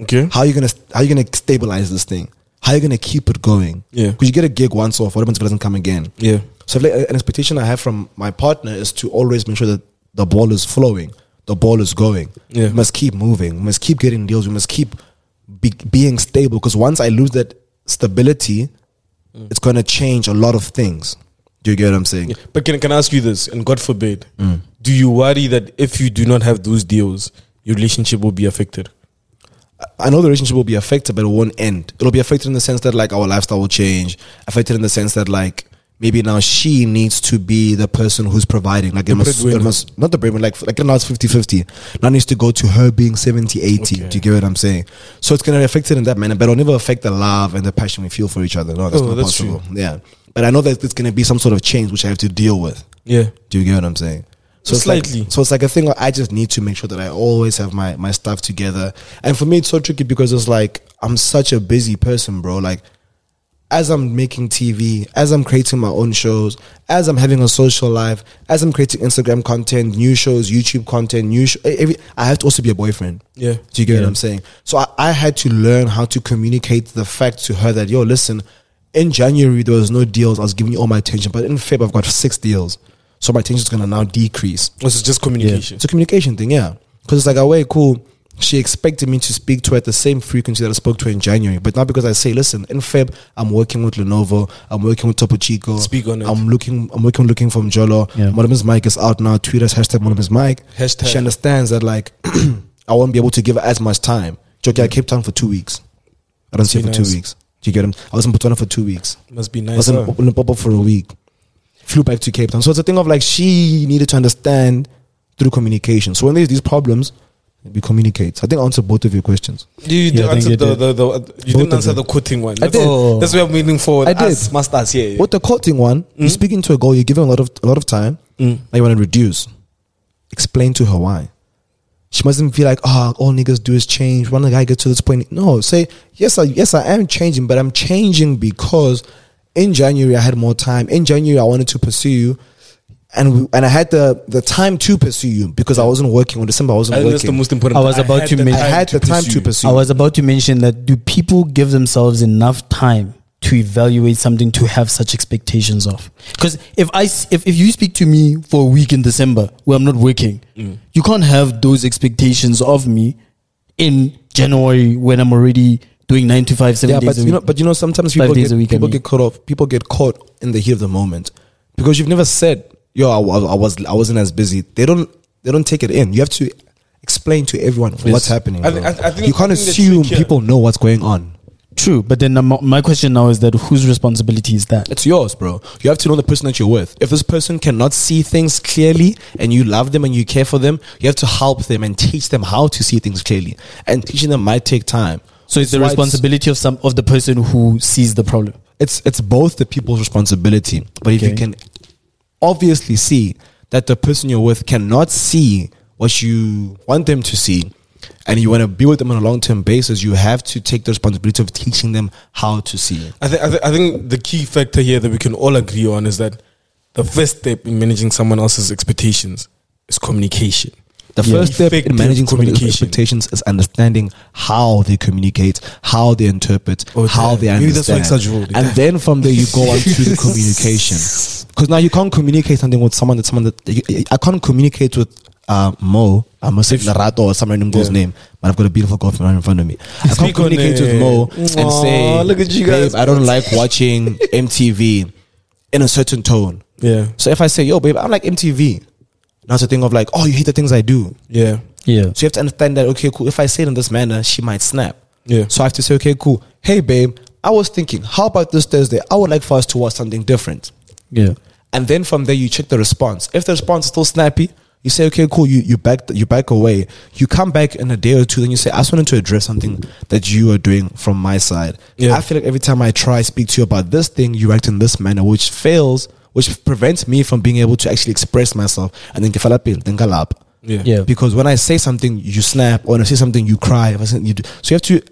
okay
How are you gonna how you gonna stabilize this thing? How are you gonna keep it going?
Yeah.
Because you get a gig once off, what happens if it doesn't come again?
yeah
So like, an expectation I have from my partner is to always make sure that the ball is flowing, the ball is going.
Yeah.
We must keep moving. We must keep getting deals. We must keep be- being stable because once I lose that stability,
Mm.
it's going to change a lot of things. Do you get what I'm saying?
but can, can i ask you this and god forbid do you worry that if you do not have those deals your relationship will be affected
I know the relationship will be affected, but it won't end. It'll be affected in the sense that like our lifestyle will change. Affected in the sense that like maybe now she needs to be the person who's providing. Like it must, it
breadwinner.
must not the breadwinner. Like like now it's 50-50. Now it needs to go to her being 70, 80. Do you get what I'm saying? So it's gonna be affected in that manner, but it'll never affect the love and the passion we feel for each other. No, that's
Oh,
not
that's
possible. Yeah, but I know that it's gonna be some sort of change which I have to deal with.
yeah
Do you get what I'm saying? So it's
Slightly.
Like, so it's like a thing. where I just need to make sure that I always have my my stuff together. And for me, it's so tricky because it's like I'm such a busy person, bro. Like, as I'm making TV, as I'm creating my own shows, as I'm having a social life, as I'm creating Instagram content, new shows, YouTube content, new. Sh- e-, every, I have to also be a boyfriend.
Yeah.
Do you get what I'm saying? So I, I had to learn how to communicate the fact to her that, yo, listen, in January there was no deals. I was giving you all my attention, but in Feb I've got six deals. So my attention is gonna now decrease.
this is just communication
It's a communication thing, yeah. Because it's like, oh, wait, cool. She expected me to speak to her at the same frequency that I spoke to her in January, but not because I say, listen, in Feb, I'm working with Lenovo, I'm working with Topo Chico,
Speak on it.
I'm looking, I'm working, looking from Jolo.
Yeah.
Modem's Mike is out now. Tweet us hashtag Modem's Mike.
Hashtag.
She understands that like I won't be able to give her as much time. Joke, I kept Town for two weeks. I don't see her for
Be
two
nice.
weeks. Do you get him? I was in Botswana for two weeks.
must be
I
nice
was in,
huh?
in Limpopo for a week. Flew back to Cape Town. So it's a thing of like she needed to understand through communication. So when there's these problems, we communicate. I think I answered both of your questions.
You, you
Yeah, I
didn't
think
answer
you
the,
did.
the, the, you
Both of
didn't answer
them.
the quoting one.
I
that's,
did.
That's where I'm leaning forward.
I did.
Us, must us, yeah. yeah. Mm.
With the quoting one, you're speaking to a girl, you're giving a lot of a lot of time, now you want to reduce. Explain to her why. She mustn't feel like, oh, all niggas do is change. When the guy gets to this point, no, say, yes, I, yes, I am changing, but I'm changing because in January I had more time. In January I wanted to pursue you, and we, and I had the the time to pursue you because I wasn't working. Or December I wasn't
I think
working.
that's the most important.
I was
part.
about
had
to
the
make-
I had the time to pursue.
I was about to mention that do people give themselves enough time to evaluate something to have such expectations of? Because if I s- if, if you speak to me for a week in December where I'm not working,
Mm.
you can't have those expectations of me in January when I'm already doing nine to five, seven
yeah,
days
but
a
you know,
week.
but you know, sometimes
Five
people
days
get,
a week, I
people
mean.
get caught off. People get caught in the heat of the moment because you've never said, "Yo, I, wa- I was, I wasn't as busy." They don't, they don't take it in. You have to explain to everyone what's happening.
I thi-
bro.
I thi- I think-
you can't
I think the
assume
trick here-
people know what's going on.
True, but then my, my question now is that whose responsibility is that?
It's yours, bro. You have to know the person that you're with. If this person cannot see things clearly and you love them and you care for them, you have to help them and teach them how to see things clearly. And teaching them might take time.
So it's the
That's why
responsibility of some of the person who sees the problem.
it's it's both the people's responsibility. But if you
Okay.
can obviously see that the person you're with cannot see what you want them to see, and you want to be with them on a long term basis, you have to take the responsibility of teaching them how to see.
I think, I, think, I think the key factor here that we can all agree on is that the first step in managing someone else's expectations is communication.
The
Yeah.
first step
Effective
in managing communication
communication.
expectations is understanding how they communicate, how they interpret,
Oh,
how
damn.
they understand.
Maybe that's why it's such a rule.
And then from there you go on to the communication, because now you can't communicate something with someone that someone that you, I can't communicate with. Uh, Mo, I'm gonna say Narato or some random girl's
Yeah.
name, but I've got a beautiful girlfriend right in front of me. I can't
Speak on
communicate with
it.
Mo and say,
Aw, look at you
"Babe,
guys."
I don't like watching MTV in a certain tone.
Yeah.
So if I say, yo, babe, I'm like MTV, now it's a thing of like, oh, you hate the things I do.
Yeah.
Yeah.
So you have to understand that, okay, cool. If I say it in this manner, she might snap.
Yeah.
So I have to say, okay, cool. Hey, babe, I was thinking, how about this Thursday? I would like for us to watch something different.
Yeah.
And then from there, you check the response. If the response is still snappy, you say, okay, cool. You, you back you back away. You come back in a day or two, then you say, I just wanted to address something that you are doing from my side.
Yeah.
I feel like every time I try speak to you about this thing, you act in this manner, which fails, which prevents me from being able to actually express myself. And then kefalapil, then galap.
Yeah.
Yeah.
Because when I say something, you snap. Or when I say something, you cry. If I say, you do. So you have to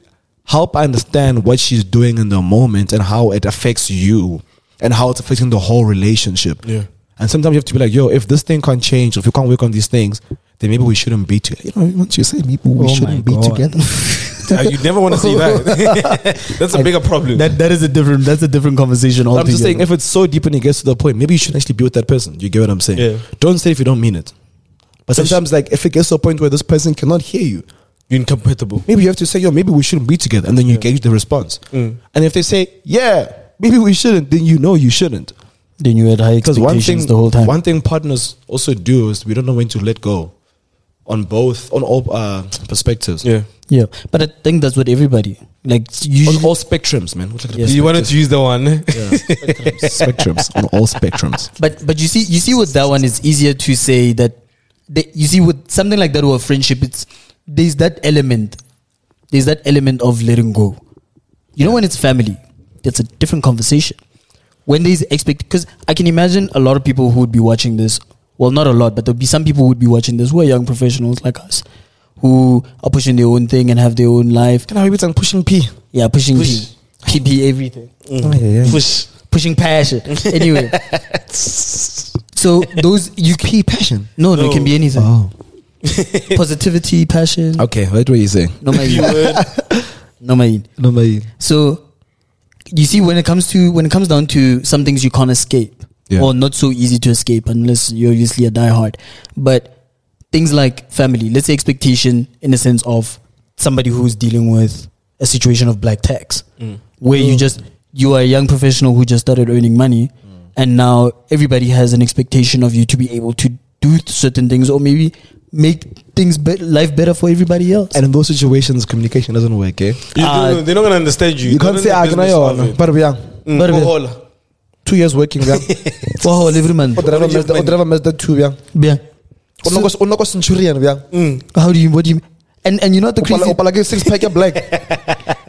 help understand what she's doing in the moment and how it affects you and how it's affecting the whole relationship.
Yeah.
And sometimes you have to be like, yo, if this thing can't change, if you can't work on these things, then maybe we shouldn't be together. You know, once you say people, we
Oh my
shouldn't be
God.
together.
Uh, you never want to see that. That's a bigger problem.
That that is a different that's a different conversation
But
altogether.
I'm just saying, if it's so deep and it gets to the point, maybe you should actually be with that person. You get what I'm saying?
Yeah.
Don't say if you don't mean it. But sometimes, like, if it gets to a point where this person cannot hear you,
You're incompatible.
maybe you have to say, yo, maybe we shouldn't be together. And then you gauge the response. And if they say, yeah, maybe we shouldn't, then you know you shouldn't.
then you had high
Because
expectations
one thing,
the whole time.
one thing partners also do is we don't know when to let go on both, on all uh, perspectives.
Yeah.
yeah, but I think that's what everybody like.
On
Usually,
all spectrums, man. Look at the
Yeah.
You wanted to use the one.
spectrums. On all spectrums.
but but you see, you see, with that one, it's easier to say that. They, you see, with something like that or a friendship, it's there's that element, there's that element of letting go. You know, when it's family, that's a different conversation. When there's expect, because I can imagine a lot of people who would be watching this. Well, not a lot, but there'll be some people who would be watching this who are young professionals like us, who are pushing their own thing and have their own life.
Can I be on pushing P?
Yeah, pushing P, PP everything. Push. Pushing passion. Anyway. so those you P passion. No, no, it can be anything.
Oh.
Positivity, passion.
Okay, what were you saying?
No mind. No mind.
No, my,
So you see when it comes to when it comes down to some things you can't escape.
Yeah.
Or not so easy to escape unless you're obviously a diehard. But things like family, let's say expectation in the sense of somebody who's dealing with a situation of black tax where you just you are a young professional who just started earning money and now everybody has an expectation of you to be able to do certain things or maybe make things be- life better for everybody else
and in those situations, communication doesn't work, eh?
You
Uh,
don't- they're not going to understand you.
You can't say,
They're
ah,
not
can
in the
I,
business
oh,
of
no,
it.
but we are
Mm,
But-
go holla.
two years working, yeah.
wow every man
Or driver Mazda, or driver Mazda 2, yeah.
yeah
Or not go- or not go Centurion, yeah.
How do you? What do you? And and you know what the crazy
six pack of black.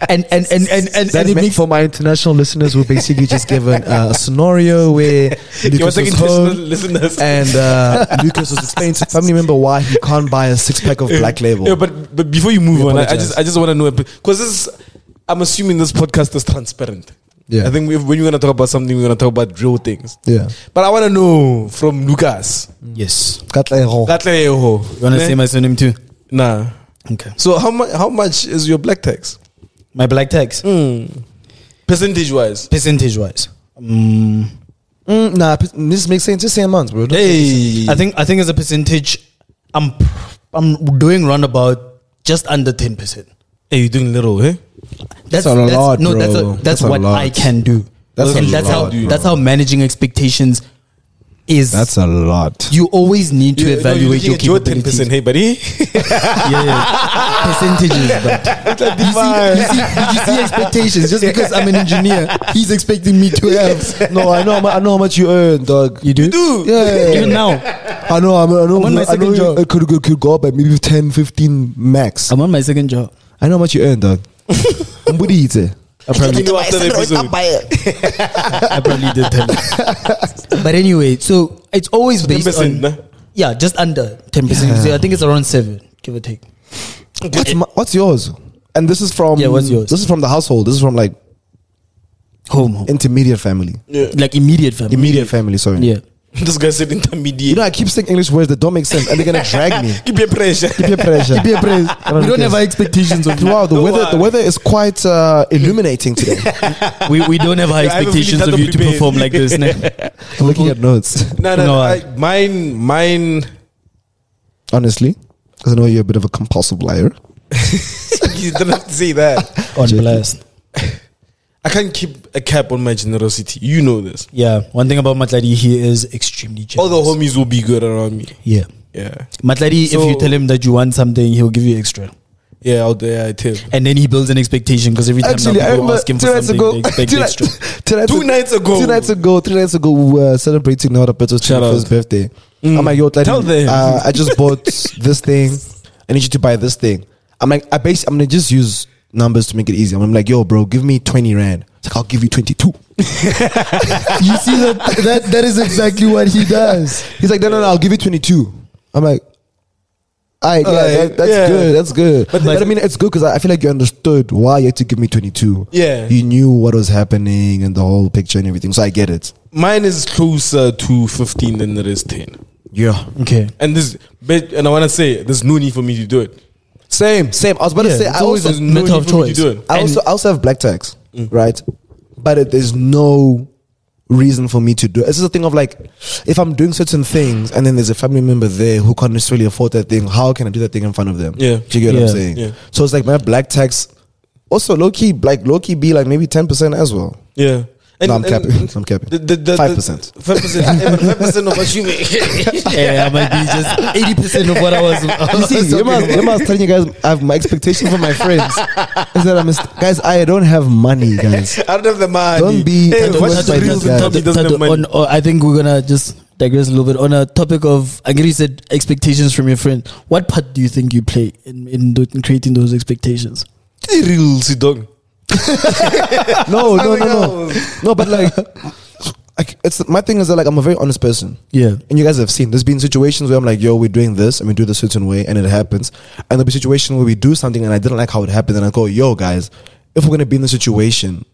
and and and and and,
That
and it
meant
makes
for my international listeners, we're basically just given uh, a scenario where Lucas was home
listeners.
and uh, Lucas was explaining to family member why he can't buy a six pack of Black Label.
Yeah, but but before you move
We
on, I, I
apologize.
just I just want to know because this is- I'm assuming this podcast is transparent.
Yeah.
I think we, when you're gonna talk about something, we're gonna talk about real things.
yeah,
But I want to know from Lucas.
Mm. yes.
That lady, oh,
You wanna say my surname too?
nah.
Okay.
So how much how much is your black tax
My black tax
Hmm. percentage wise?
percentage wise. Um,
Mm, nah, p- this makes sense. Just say a month, bro.
Hey,
I think I think as a percentage, I'm I'm doing roundabout just under ten percent.
hey, you're doing little, eh?
That's,
a lot,
No,
bro.
that's, a, that's,
That's a
what
lot.
I can do.
That's
and
a
that's
lot,
how
bro.
that's how managing expectations is.
That's a lot.
you always need to
You- no, you're
evaluate
looking
your
at your ten
capabilities.
percent, hey, buddy.
yeah, yeah. percentages. But you, see, you, see, you see expectations. Just because I'm an engineer, he's expecting me to have.
no, I know. how mu- I know how much you earn, dog. You do?
do.
Yeah.
Even now,
I know. I, mean, I know.
on my
I know
second job.
it could, could, could go up by maybe 10, 15 max.
I'm on my second job.
I know how much you earn, dog. Mbudi ite.
You know, after the episode.
I probably did tell you. But anyway, so it's always based
10%,
on
nah?
yeah, just under ten percent. I think it's around seven, give or take.
What's, my, what's yours? And this is from
Yeah, what's yours?
This is from the household. This is from like
Home, home.
intermediate family,
Yeah.
like immediate family.
immediate family. Sorry.
Yeah.
This guy said intermediate.
You know, I keep saying English words that don't make sense, and they're gonna drag me.
Keep your pressure.
Keep your pressure.
Keep your praise. We don't have our expectations of you.
Wow, the
Don't
weather
worry.
the weather is quite uh, illuminating today.
We, we don't have high
Yeah, I have a
expectations
feeling that
of
don't
you to
prepare.
perform like this. nah.
I'm looking at notes,
No,
No,
no, no.
I-
I, mine, mine.
honestly, because I know you're a bit of a compulsive liar.
you don't have to say that.
On blast.
I can't keep a cap on my generosity. You know this.
Yeah. One thing about Matladi, he is extremely generous.
All Oh, the homies will be good around me.
Yeah.
Yeah,
Matladi,
So-
if you tell him that you want something, he'll give you extra.
yeah. Out there, I tell.
And then he builds an expectation because every time
Actually,
now
I
people
remember
ask him
two
for
nights
something,
ago.
they expect
Two, nights-
extra.
two nights
Two
ag-
nights ago.
Two nights ago. Three nights ago, we were celebrating Nora Peto's
Shout out. Mm.
21st birthday. I'm like, yo, lady,
Tell them.
Uh, I just bought this thing. I need you to buy this thing. I'm like, I basically, I'm gonna just use numbers to make it easy. I'm like, yo, bro, give me 20 rand. It's like, I'll give you 22.
you see that, that that is exactly what he does.
He's like, no, no, no, I'll give you 22. I'm like, all right, yeah,
Alright,
that, that's
yeah.
good, that's good. But,
like-
I mean, it's good because I, I feel like you understood why you had to give me 22.
Yeah.
You knew what was happening and the whole picture and everything. So I get it.
Mine is closer to fifteen than it is ten.
Yeah.
Okay.
And this, but, and I want to say, there's no need for me to do it.
Same, same. I was about
Yeah,
to say,
it's
I
always
also,
a
There's no
matter
need
of
for me to
choice.
do it.
I also, I also have black tax, right? But it, there's no reason for me to do. It's just a thing of like, if I'm doing certain things, and then there's a family member there who can't necessarily afford that thing, how can I do that thing in front of them?
Yeah.
do you get what
Yeah.
I'm saying?
Yeah.
So it's like my black tax. Also, low key, like low key, be like maybe ten percent as well.
Yeah.
No, I'm capping. I'm capping.
the- the- the-
5%.
the- 5%. 5% of what you make.
yeah, I might be just eighty percent of what I was.
You see, Yema Yema was telling you guys, I have my expectation for my friends is that I'm a st- guys. I don't have money, guys.
I don't have the money.
Don't be-
Hey,
don't
what's
be
the
like
reason
that.
Tommy doesn't have money?
on, or I think we're gonna just digress a little bit on a topic of. I get you said expectations from your friend. What part do you think you play in in, tho- in creating those expectations?
Real sidong.
No, no, no, no. No, but like, like it's my thing is that like I'm a very honest person.
Yeah,
And you guys have seen there's been situations where I'm like, yo, we're doing this and we do this certain way and it happens. And there'll be situations where we do something and I didn't like how it happened. And I go, yo, guys, if we're gonna be in this situation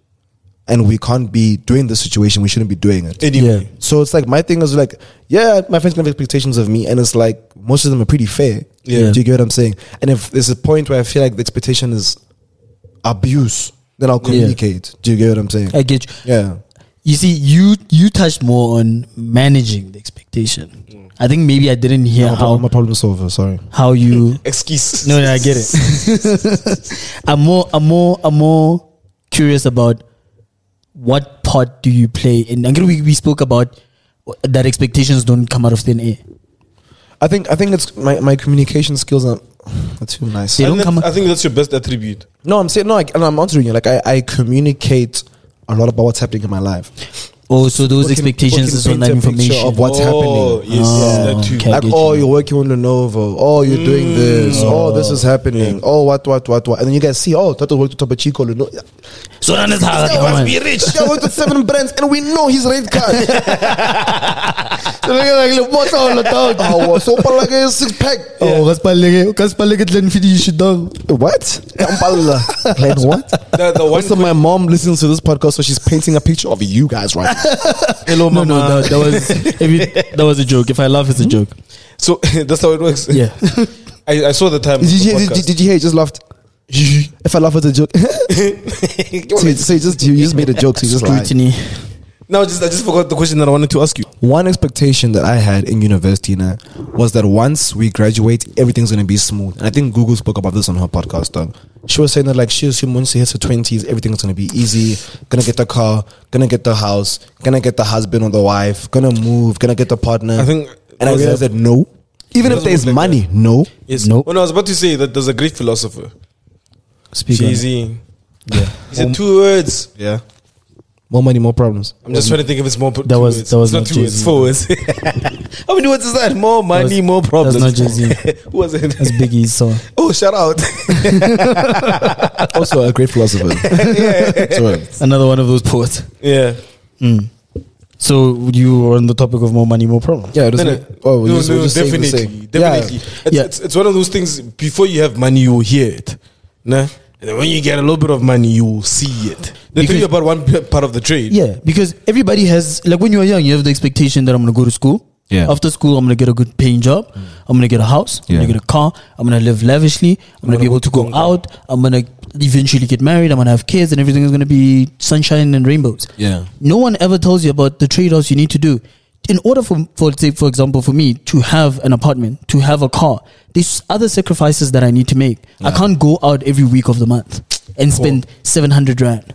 and we can't be doing this situation, we shouldn't be doing it.
Anyway.
So it's like my thing is like, yeah, my friends can have expectations of me, and it's like most of them are pretty fair.
Yeah.
Do you get what I'm saying? And if there's a point where I feel like the expectation is abuse, then I'll communicate. Do you get what I'm saying?
I get you.
yeah.
You see, you you touched more on managing the expectation. I think maybe I didn't hear
I'm a, pro- I'm
how
a problem solver, sorry.
how you.
Excuse.
No, no, I get it. I'm more, I'm more, I'm more curious about what part do you play in? Again, we, we spoke about that expectations don't come out of thin air.
I think I think it's my, my communication skills are, are too nice.
They
I
don't
think
come-
that's- I think that's your best attribute.
No, I'm saying no, I, and I'm answering you. Like I, I communicate a lot about what's happening in my life.
Oh, so those
Fucking-
expectations
fucking
is
paint
on that
a picture
information.
of what's
Oh,
happening.
Yes,
Ah,
that too.
okay.
like,
get
oh,
you.
you're working on Lenovo. Oh, you're doing this. Oh, this is happening. Oh, what, what, what, what. And then you guys see, oh, Tato worked with Tabachico. Lenovo.
So that is how
This guy must be
that
rich. He worked with seven brands, and we know his red card. so they're like, look, what's all the dog? Oh, what's up, like a six pack?
Oh, Kaspalege, Kaspalege, then finish it down.
What? like what?
The, the one
Also, my mom listens to this podcast, so she's painting a picture of you guys right now.
Hello, no, no, that, that was if it, that was a joke. If I laugh, it's a joke.
So that's how it works.
Yeah.
I, I saw the time. of
Did you,
the
hear,
podcast.
did, did you hear? He just laughed. if I laugh at a joke, so, you, so you just you just made a joke. So you just lied.
Scrutiny.
No, just I just forgot the question that I wanted to ask you.
One expectation that I had in university now was that once we graduate, everything's gonna be smooth. And I think Google spoke about this on her podcast. Dog. She was saying that like she assumed once she hits her twenties, everything's gonna be easy. Gonna get the car, gonna get the house, gonna get the husband or the wife, gonna move, gonna get the partner.
I think-
and I
was
realized
that-
that no, even if
doesn't
there's
work like
money, no.
Yes.
Nope.
When I was about to say that there's a great philosopher,
Speak on
Jay
it.
Z. Yeah. He said two words.
Yeah. More money, more problems.
I'm just trying to think if it's more. That two
was-
words.
Um, that was
it's not
not
two words.
Jay-Z.
Four words. How many words is that? More money, more problems.
that's not Jay-Z.
Who was it?
That's Biggie's song.
Oh, shout out.
also a great philosopher. Sorry.
Another one of those poets.
yeah.
So you were on the topic of more money, more problem.
Yeah, it
No,
doesn't.
no,
Oh, we
no,
just- we
no,
just saying the
definitely,
same.
definitely. It's,
Yeah.
It's, it's one of those things. Before you have money, you will hear it, nah. And then when you get a little bit of money, you will see it. They tell
Because-
you about one p- part of the trade.
Yeah, because everybody has like when you're young, you have the expectation that I'm gonna go to school.
Yeah.
After school, I'm gonna get a good paying job. I'm gonna get a house. I'm
Yeah.
gonna get a car. I'm gonna live lavishly. I'm, gonna, be able to go out. I'm gonna eventually get married. I'm gonna have kids, and everything is gonna be sunshine and rainbows.
Yeah.
No one ever tells you about the trade-offs you need to do. In order for, for say, for example, for me to have an apartment, to have a car, there's other sacrifices that I need to make. I can't go out every week of the month and spend 700 rand.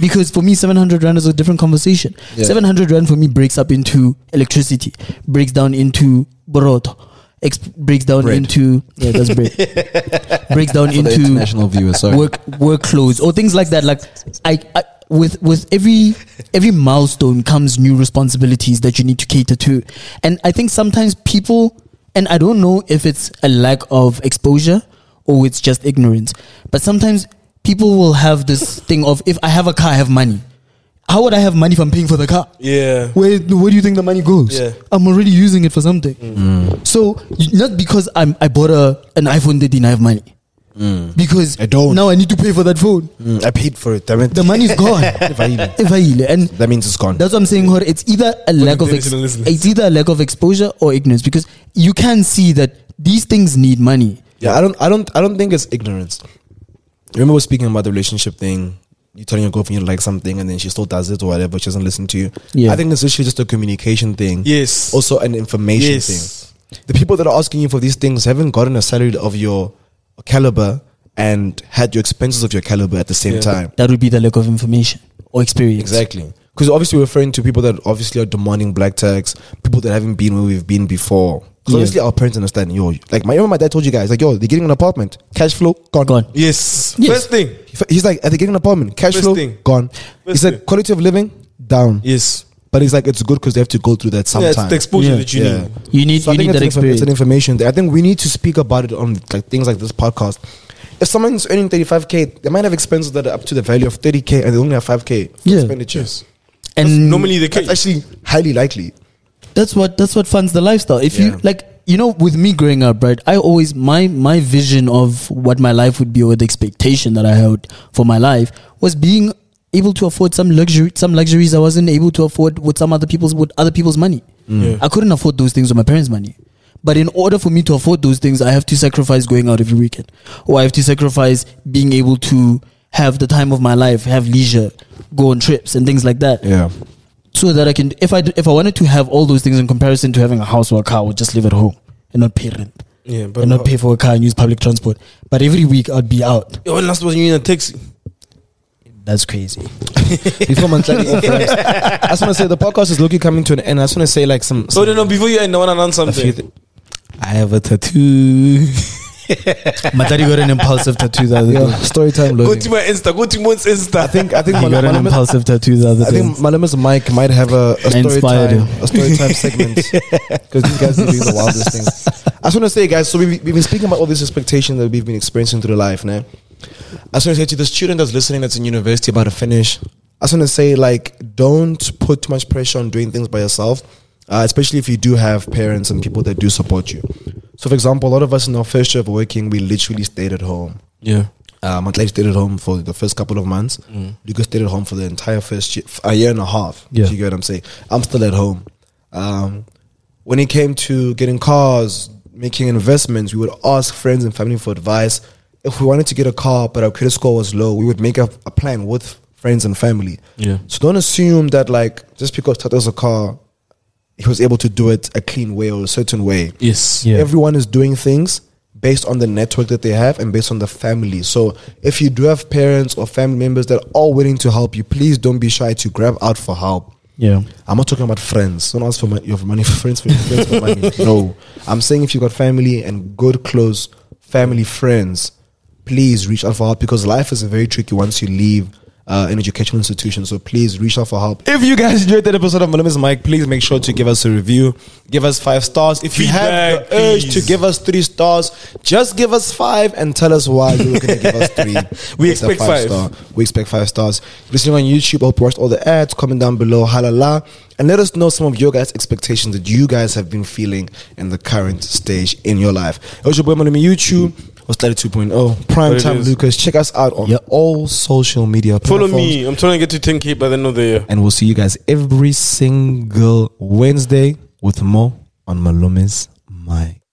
Because for me, 700 rand is a different conversation. 700 rand for me breaks up into electricity, breaks down into borot, ex- breaks down
Bread.
into, yeah, that's bread, breaks down into
international viewers. Sorry.
work work clothes or things like that like I, I with with every every milestone comes new responsibilities that you need to cater to and i think sometimes people and i don't know if it's a lack of exposure or it's just ignorance but sometimes people will have this thing of if i have a car i have money how would i have money if i'm paying for the car
Yeah.
where where do you think the money goes?
Yeah.
I'm already using it for something.
Mm.
So y- not because I'm I bought a an iPhone that didn't have money. Because
Mm. I don't.
now I need to pay for that phone.
Mm,
I paid for it. Damn it.
The money's gone.
Evaile.
Evaile. and
That means it's gone.
that's what I'm saying. Hor, it's either a lack of ex-
international listeners.
it's either a lack of exposure or ignorance because you can see that these things need money.
yeah, I don't, I don't, I don't think it's ignorance. Remember, we we're speaking about the relationship thing. You telling your girlfriend you like something, and then she still does it or whatever. She doesn't listen to you.
Yeah.
I think it's actually just a communication thing.
Yes.
Also, an information
Yes.
thing. The people that are asking you for these things haven't gotten a salary of your caliber and had your expenses of your caliber at the same
Yeah.
time.
That would be the lack of information or experience.
Exactly. Because obviously, we're referring to people that obviously are demanding black tax, people that haven't been where we've been before. Because
Yeah.
obviously, our parents understand. Yo, like my, remember my dad told you guys, like, yo, they're getting an apartment, cash flow gone.
Gone.
Yes.
Yes.
First thing.
He's like, are they getting an apartment? Cash
First
flow
thing.
gone.
First
He's like,
thing.
quality of living down.
Yes.
But he's like, it's good because they have to go through that
Yeah,
sometime.
it's the exposure
Yeah.
that you
Yeah.
need.
You need
So I think it's an
you need that
inform-
experience.
It's an information. thing. I think we need to speak about it on like things like this podcast. If someone's earning 35k, they might have expenses that are up to the value of 30k, and they only have 5k for
Yeah.
expenditures.
And
Normally the
That's
case.
actually highly likely.
that's what that's what funds the lifestyle if
Yeah.
you like you know with me growing up right i always my my vision of what my life would be or the expectation that i had for my life was being able to afford some luxury some luxuries i wasn't able to afford with some other people's with other people's money
Mm.
Yeah.
i couldn't afford those things with my parents money but in order for me to afford those things i have to sacrifice going out every weekend or i have to sacrifice being able to have the time of my life have leisure go on trips and things like that
Yeah.
so that I can if I if I wanted to have all those things in comparison to having a house or a car, I would just live at home and not pay rent
Yeah,
and not pay for a car and use public transport. But every week I'd be out.
Yo, when last was you in a taxi?
That's crazy.
Before Mantlani confirms, I just want to say the podcast is looking coming to an end. I just want to say like some.
So no, no. Before you end, I want to announce
a few
something.
thi- I have a tattoo.
My daddy got an impulsive tattoo the other
Yeah,
day.
story time.
Go
Loading.
to my Insta. Go to Mon's Insta.
I think I think
He got an
Malum-
impulsive tattoo the other
I think
day.
Malama's mic might have a, a story
Inspired
time,
him.
a story time segment because these guys are doing the wildest things. I just want to say, guys. So we, we've been speaking about all this expectation that we've been experiencing through life, now. I just want to say to the student that's listening, that's in university about to finish. I just want to say, like, don't put too much pressure on doing things by yourself, uh, especially if you do have parents and people that do support you. So, for example, a lot of us in our first year of working, we literally stayed at home.
Yeah.
Um, Atleti stayed at home for the first couple of months. Lucas stayed at home for the entire first year, a year and a half.
Yeah.
If you get what I'm saying? I'm still at home. Um, when it came to getting cars, making investments, we would ask friends and family for advice. If we wanted to get a car, but our credit score was low, we would make a, a plan with friends and family.
Yeah.
So don't assume that like just because Tata's a car, he was able to do it a clean way or a certain way
Yes.
Yeah.
everyone is doing things based on the network that they have and based on the family. So if you do have parents or family members that are willing to help you, please don't be shy to grab out for help.
Yeah.
I'm not talking about friends. Don't ask for money. You have money for friends for friends for money. No, I'm saying if you've got family and good close family friends, please reach out for help because life is very tricky once you leave uh, an educational institution. So please reach out for help. If you guys enjoyed that episode of My Name Is Mike, please make sure to give us a review, give us five stars. If you have
Feedback,
the urge to
please.
give us three stars, just give us five and tell us why you were going to give us three.
We
It's a
expect five.
star. We expect five stars. If you're Listening on YouTube, I hope you watched all the ads. Comment down below, halala, and let us know some of your guys' expectations that you guys have been feeling in the current stage in your life. It was your boy Malumi YouTube. Was 32.0
What it
Primetime
is.
oh, Lucas. Check us out on
Yep.
all social media
Follow
platforms.
me. I'm trying to get to 10k by the end of the year.
And we'll see you guys every single Wednesday with more on Malumi's Mic.